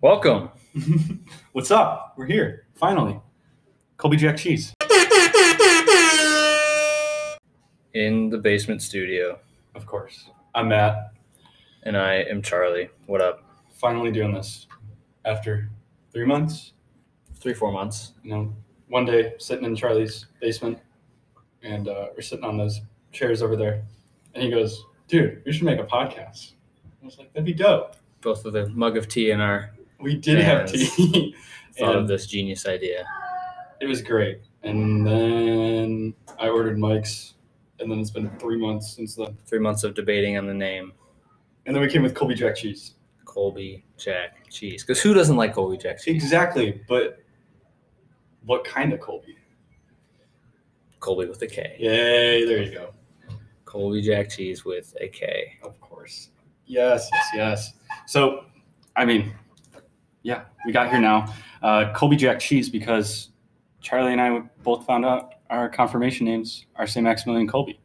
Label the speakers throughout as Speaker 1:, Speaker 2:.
Speaker 1: Welcome.
Speaker 2: What's up? We're here finally. Colby Jack Cheese,
Speaker 1: in the basement studio,
Speaker 2: of course. I'm Matt.
Speaker 1: and I am Charlie. What up?
Speaker 2: Finally doing this after three months.
Speaker 1: Three, four months.
Speaker 2: You know, one day sitting in Charlie's basement, and uh, we're sitting on those chairs over there, and he goes, "Dude, we should make a podcast." I was like, "That'd be dope."
Speaker 1: Both with a mug of tea in our
Speaker 2: We did have
Speaker 1: Yes.
Speaker 2: tea.
Speaker 1: thought of
Speaker 2: And-
Speaker 1: this genius idea.
Speaker 2: It was great. And then I ordered Mike's, and then it's been three months since then.
Speaker 1: Three months of debating on the name
Speaker 2: And then we came with Colby Jack cheese.
Speaker 1: Colby Jack Cheese. Because who doesn't like Colby Jack Cheese?
Speaker 2: Exactly, but what kind of Colby?
Speaker 1: Colby with a K.
Speaker 2: Yay, there you go.
Speaker 1: Colby Jack Cheese with a K.
Speaker 2: Of course. Yes, yes, yes. So, I mean, yeah, we got here now. Uh, Colby Jack cheese because Charlie and I both found out our confirmation names are St. Maximilian Colby.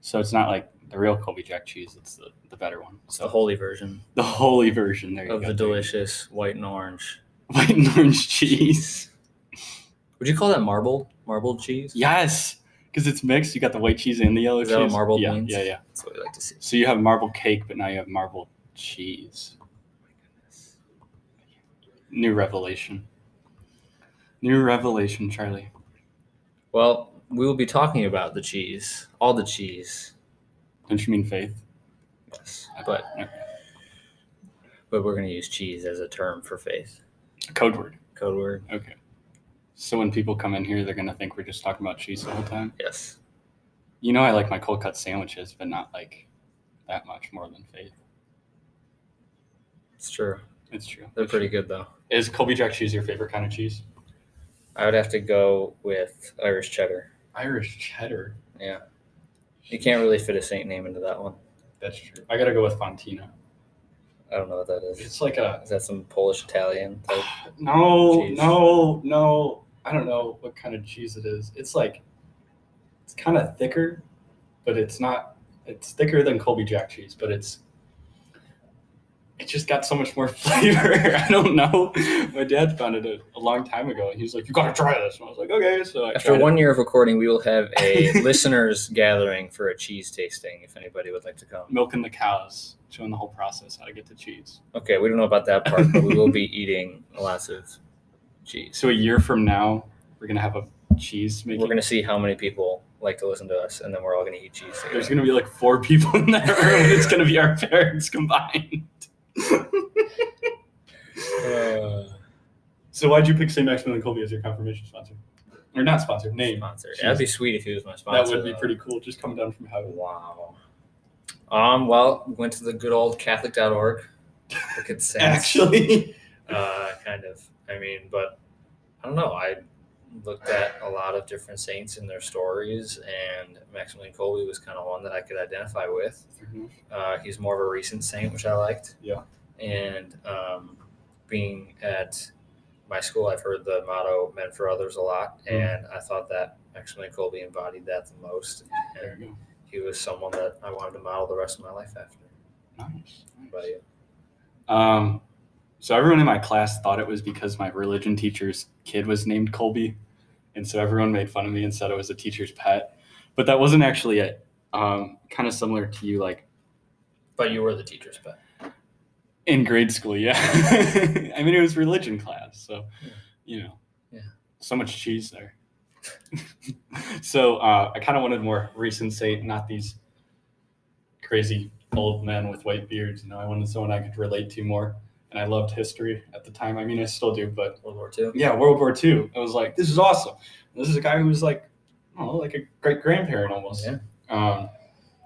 Speaker 2: So it's not like the real Colby Jack cheese, it's the, the better one.
Speaker 1: It's the
Speaker 2: So
Speaker 1: holy version
Speaker 2: the holy version there you
Speaker 1: of
Speaker 2: go.
Speaker 1: the delicious white and orange.
Speaker 2: white and orange cheese.
Speaker 1: Would you call that marble? Marbled cheese?
Speaker 2: Yes, because it's mixed. You got the white cheese and the yellow
Speaker 1: Is
Speaker 2: cheese.
Speaker 1: that what marbled
Speaker 2: yeah,
Speaker 1: means?
Speaker 2: yeah, yeah.
Speaker 1: That's what we like to see.
Speaker 2: So you have marble cake, but now you have marble cheese. New revelation. New revelation, Charlie.
Speaker 1: Well, we will be talking about the cheese, all the cheese.
Speaker 2: Don't you mean faith?
Speaker 1: Yes. But but we're going to use cheese as a term for faith.
Speaker 2: A code word.
Speaker 1: Code word?
Speaker 2: Okay. So when people come in here, they're gonna think we're just talking about cheese the whole time.
Speaker 1: Yes.
Speaker 2: You know, I like my cold cut sandwiches, but not like that much more than faith.
Speaker 1: It's true.
Speaker 2: It's true.
Speaker 1: They're
Speaker 2: It's
Speaker 1: pretty good though.
Speaker 2: true. Is Colby Jack cheese your favorite kind of cheese?
Speaker 1: I would have to go with Irish cheddar.
Speaker 2: Irish cheddar.
Speaker 1: Yeah. You can't really fit a saint name into that one.
Speaker 2: That's true. I gotta go with Fontina.
Speaker 1: I don't know what that is.
Speaker 2: It's like a
Speaker 1: Is that some Polish Italian type?
Speaker 2: no,
Speaker 1: Cheese.
Speaker 2: no, no. I don't know what kind of cheese it is. It's like it's kind of thicker, but it's not. It's thicker than Colby Jack cheese, but it's it just got so much more flavor. I don't know. My dad found it a, a long time ago, and he was like, "You gotta try this." And I was like, "Okay." So I
Speaker 1: After
Speaker 2: tried
Speaker 1: one year of recording, we will have a listeners gathering for a cheese tasting if anybody would like to
Speaker 2: it,
Speaker 1: come.
Speaker 2: milking the cows, showing the whole process how to get the cheese.
Speaker 1: Okay, we don't know about that part, but we will be eating lots of cheese.
Speaker 2: So a year from now, we're gonna have a cheese making.
Speaker 1: We're going to see how many people like to listen to us, and then we're all going to eat cheese. together.
Speaker 2: There's gonna be like four people in that room. It's gonna be our parents combined. uh, so why'd you pick St. Maximilian Colby as your confirmation sponsor? Or not sponsor, name.
Speaker 1: sponsor.
Speaker 2: Cheese.
Speaker 1: That'd be sweet if he was my sponsor.
Speaker 2: That would be
Speaker 1: though.
Speaker 2: pretty cool. Just come down from heaven.
Speaker 1: Wow. Um. Well, went to the good old Catholic.org. Look at Saints.
Speaker 2: Actually,
Speaker 1: Uh, kind of. I mean, but I don't know. I looked at a lot of different saints and their stories, and Maximilian Colby was kind of one that I could identify with. Uh, he's more of a recent saint, which I liked.
Speaker 2: Yeah.
Speaker 1: And um, being at my school, I've heard the motto "meant for others" a lot,
Speaker 2: Mhm.
Speaker 1: and I thought that Maximilian Colby embodied that the most.
Speaker 2: there
Speaker 1: And
Speaker 2: you
Speaker 1: he was someone that I wanted to model the rest of my life after.
Speaker 2: go. Nice.
Speaker 1: What about you?
Speaker 2: Um, so everyone in my class thought it was because my religion teacher's kid was named Colby, and so everyone made fun of me and said I was a teacher's pet. But that wasn't actually it. Um, kind of similar to you, like
Speaker 1: But you were the teacher's pet.
Speaker 2: In grade school, yeah. I mean, it was religion class, so
Speaker 1: Yeah.
Speaker 2: you know,
Speaker 1: Yeah.
Speaker 2: so much cheese there. so uh, I kind of wanted more recent saint, not these crazy old men with white beards. You know, I wanted someone I could relate to more, and I loved history at the time. I mean, I still do, but
Speaker 1: World War II.
Speaker 2: yeah, World War II. I was like, this is awesome. This is a guy who was like, oh, like a great grandparent almost.
Speaker 1: Yeah.
Speaker 2: Um,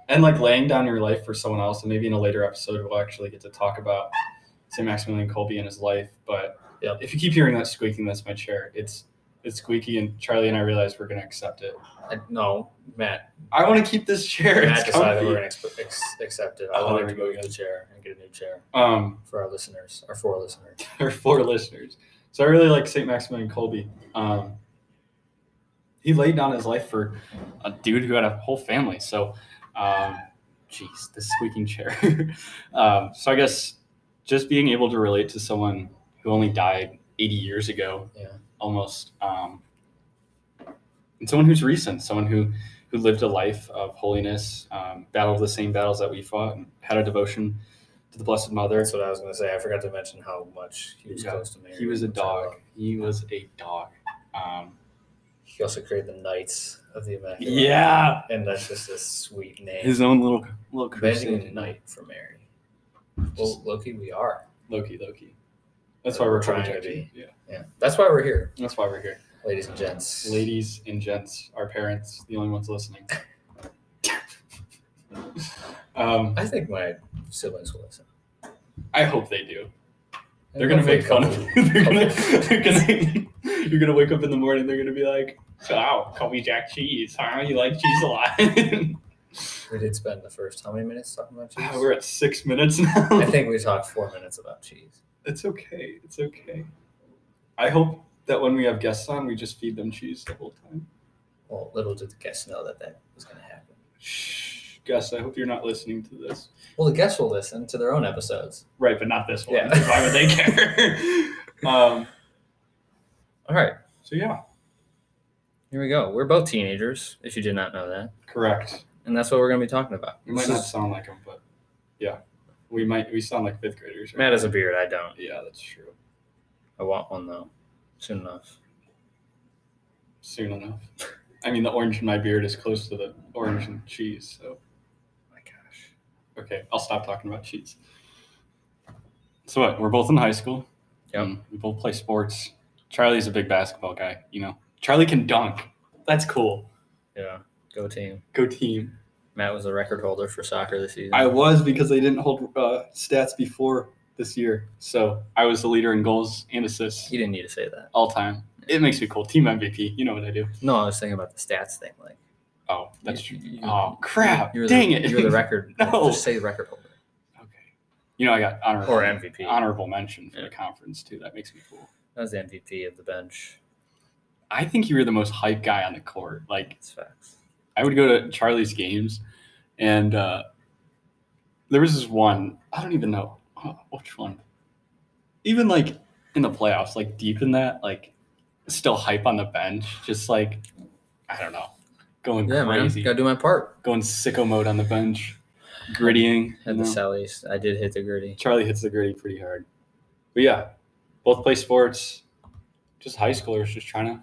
Speaker 2: and like laying down your life for someone else. And maybe in a later episode, we'll actually get to talk about St. Maximilian Colby and his life. But
Speaker 1: Yeah.
Speaker 2: if you keep hearing that squeaking, that's my chair. It's it's squeaky, and Charlie and I realized we're gonna accept it.
Speaker 1: I, no, Matt.
Speaker 2: I want to keep this chair.
Speaker 1: Matt
Speaker 2: it's
Speaker 1: decided we
Speaker 2: comfy.
Speaker 1: were going to ex- accept it. I
Speaker 2: Oh,
Speaker 1: wanted to
Speaker 2: there we go
Speaker 1: go get
Speaker 2: again.
Speaker 1: a chair and get a new chair
Speaker 2: Um,
Speaker 1: for our listeners, our four listeners.
Speaker 2: or four listeners. So I really like St. Maximilian Colby. Um, he laid down his life for a dude who had a whole family. So, um, geez, this squeaking chair. um, so I guess just being able to relate to someone who only died 80 years ago,
Speaker 1: Yeah.
Speaker 2: almost. Um, and someone who's recent, someone who who lived a life of holiness, um, battled the same battles that we fought, and had a devotion to the Blessed Mother.
Speaker 1: That's what I was going to say. I forgot to mention how much he was
Speaker 2: Yeah.
Speaker 1: close to Mary.
Speaker 2: He was a
Speaker 1: which I
Speaker 2: dog.
Speaker 1: love.
Speaker 2: He was a dog. Um,
Speaker 1: He also created the Knights of the Immaculate.
Speaker 2: yeah,
Speaker 1: And that's just a sweet name.
Speaker 2: his own little little
Speaker 1: Benedict
Speaker 2: crusade.
Speaker 1: Knight for Mary. Well, Loki, we are.
Speaker 2: Loki, Loki. That's why we're
Speaker 1: Trying
Speaker 2: trying
Speaker 1: to
Speaker 2: to be. Yeah,
Speaker 1: Yeah. That's why we're here,
Speaker 2: that's why we're here,
Speaker 1: ladies and gents.
Speaker 2: ladies and gents, our parents, the only ones listening. um,
Speaker 1: I think my siblings will listen.
Speaker 2: I hope they do.
Speaker 1: And
Speaker 2: They're gonna
Speaker 1: hopefully
Speaker 2: make fun of
Speaker 1: Kobe-
Speaker 2: you. They're gonna, they're gonna, you're gonna wake up in the morning. They're gonna be like, "Wow, call me Jack Cheese, huh? You like cheese a lot."
Speaker 1: We did spend the first how many minutes talking about cheese?
Speaker 2: Wow, Ah, We're at six minutes now.
Speaker 1: I think we talked four minutes about cheese.
Speaker 2: it's okay. It's okay. I hope that when we have guests on, we just feed them cheese the whole time.
Speaker 1: Well, little did the guests know that that was going to happen.
Speaker 2: Shh, Gus. I hope you're not listening to this.
Speaker 1: Well, the guests will listen to their own episodes.
Speaker 2: Right, but not this one.
Speaker 1: Yeah.
Speaker 2: Why would they care? um,
Speaker 1: All right,
Speaker 2: so yeah,
Speaker 1: here we go. We're both teenagers, if you did not know that,
Speaker 2: correct.
Speaker 1: and that's what we're going to be talking about.
Speaker 2: We might
Speaker 1: This
Speaker 2: not
Speaker 1: is-
Speaker 2: sound like them, but yeah, we might. We sound like fifth graders.
Speaker 1: Matt has a beard. I don't.
Speaker 2: Yeah, that's true.
Speaker 1: I want one though, soon enough.
Speaker 2: soon enough. I mean, the orange in my beard is close to the orange and cheese.
Speaker 1: Oh
Speaker 2: So,
Speaker 1: my gosh.
Speaker 2: okay, I'll stop talking about cheese. So what? We're both in high school.
Speaker 1: Yep.
Speaker 2: Um, We both play sports. Charlie's a big basketball guy. You know, Charlie can dunk. That's cool.
Speaker 1: Yeah. Go team.
Speaker 2: Go team.
Speaker 1: Matt was the record holder for soccer this season.
Speaker 2: I was because they didn't hold uh, stats before this year, so I was the leader in goals and assists
Speaker 1: you didn't need to say that.
Speaker 2: all time. It makes me cool. Team MVP. You know what I do?
Speaker 1: No, I was thinking about the stats thing. Like,
Speaker 2: Oh, that's
Speaker 1: you-
Speaker 2: true.
Speaker 1: you-
Speaker 2: Oh crap!
Speaker 1: You're
Speaker 2: Dang
Speaker 1: the,
Speaker 2: it!
Speaker 1: You're the record.
Speaker 2: No.
Speaker 1: Just say record holder
Speaker 2: Okay. You know, I got honorable
Speaker 1: or MVP.
Speaker 2: honorable mention for
Speaker 1: Yeah.
Speaker 2: the conference too. That makes me cool.
Speaker 1: That was the MVP of the bench.
Speaker 2: I think you were the most hype guy on the court. Like
Speaker 1: It's facts.
Speaker 2: I would go to Charlie's games, and uh, there was this one. I don't even know uh, which one. Even like in the playoffs, like deep in that, like still hype on the bench, just like I don't know, going
Speaker 1: Yeah,
Speaker 2: crazy,
Speaker 1: man. Gotta do my part.
Speaker 2: going sicko mode on the bench, grittying.
Speaker 1: At
Speaker 2: you
Speaker 1: the
Speaker 2: know?
Speaker 1: Sally's, I did hit the gritty.
Speaker 2: Charlie hits the gritty pretty hard. But yeah, both play sports. Just high schoolers just trying to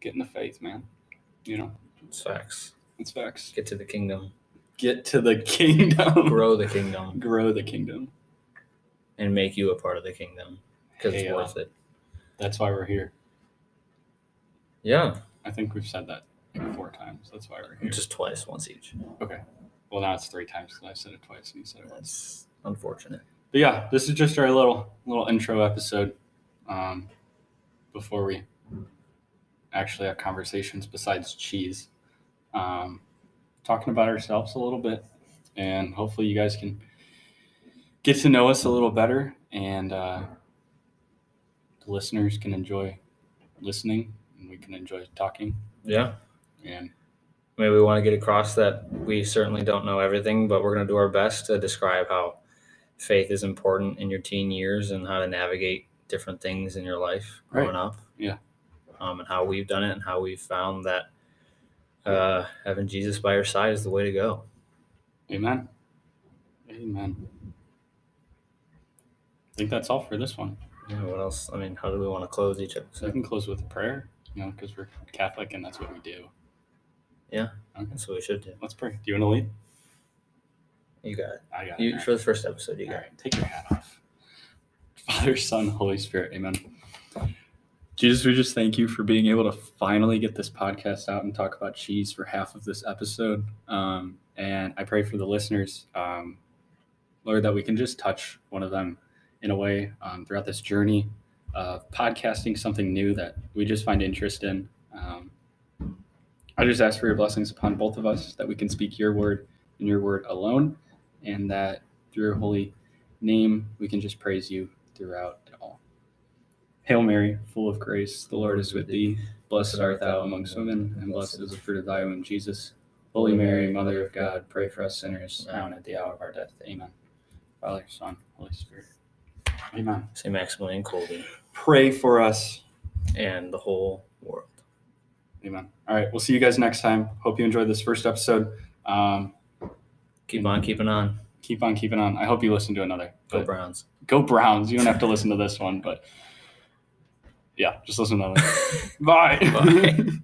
Speaker 2: get in the faith, man. You know,
Speaker 1: It's facts.
Speaker 2: it's facts.
Speaker 1: Get to the kingdom,
Speaker 2: Get to the kingdom.
Speaker 1: grow the kingdom,
Speaker 2: Grow the kingdom.
Speaker 1: and make you a part of the kingdom because
Speaker 2: Hey,
Speaker 1: it's
Speaker 2: uh,
Speaker 1: worth it.
Speaker 2: That's why we're here.
Speaker 1: Yeah,
Speaker 2: I think we've said that like four times. That's why we're here.
Speaker 1: just twice, once each.
Speaker 2: Well, now it's three times because I said it twice and you said it once.
Speaker 1: That's unfortunate.
Speaker 2: But yeah, this is just our little little intro episode um, before we actually have conversations besides cheese. Um, talking about ourselves a little bit, and hopefully you guys can get to know us a little better, and uh, the listeners can enjoy listening, and we can enjoy talking.
Speaker 1: Yeah,
Speaker 2: And
Speaker 1: maybe we want to get across that we certainly don't know everything, but we're gonna do our best to describe how faith is important in your teen years and how to navigate different things in your life growing
Speaker 2: Right.
Speaker 1: up.
Speaker 2: Yeah.
Speaker 1: Um, and how we've done it and how we've found that uh, having Jesus by your side is the way to go.
Speaker 2: amen, amen. I think that's all for this one.
Speaker 1: Yeah, what else? I mean, how do we want to close each
Speaker 2: So I
Speaker 1: episode?
Speaker 2: can close with a prayer, you know, because we're Catholic and that's what we do.
Speaker 1: Yeah.
Speaker 2: Okay.
Speaker 1: That's what we should do.
Speaker 2: Let's pray. Do you want to lead?
Speaker 1: You got it.
Speaker 2: I got
Speaker 1: You,
Speaker 2: All right.
Speaker 1: for the first episode, you
Speaker 2: All
Speaker 1: got it.
Speaker 2: right. Take your hat off. Father, Son, Holy Spirit. Amen. Jesus, we just thank you for being able to finally get this podcast out and talk about cheese for half of this episode. Um, and I pray for the listeners, um, Lord, that we can just touch one of them in a way um, throughout this journey of podcasting something new that we just find interest in. Um, I just ask for your blessings upon both of us that we can speak your word and your word alone, and that through your holy name, we can just praise you throughout it all. Hail Mary, full of grace, the Lord is with thee. Blessed art thou amongst women, and blessed is the fruit of thy womb, Jesus. Holy Mary, Mother of God, pray for us sinners now and at the hour of our death. Amen. Father, Son, Holy Spirit. Amen.
Speaker 1: St. Maximilian Colby,
Speaker 2: Pray for us.
Speaker 1: and the whole world.
Speaker 2: Amen. All right. We'll see you guys next time. Hope you enjoyed this first episode. Um,
Speaker 1: Keep on keeping on.
Speaker 2: keep on keeping on. I hope you listen to another.
Speaker 1: Go
Speaker 2: But-
Speaker 1: Browns.
Speaker 2: go Browns. You don't have to listen to this one, but yeah, just listen to that. Bye.
Speaker 1: Bye.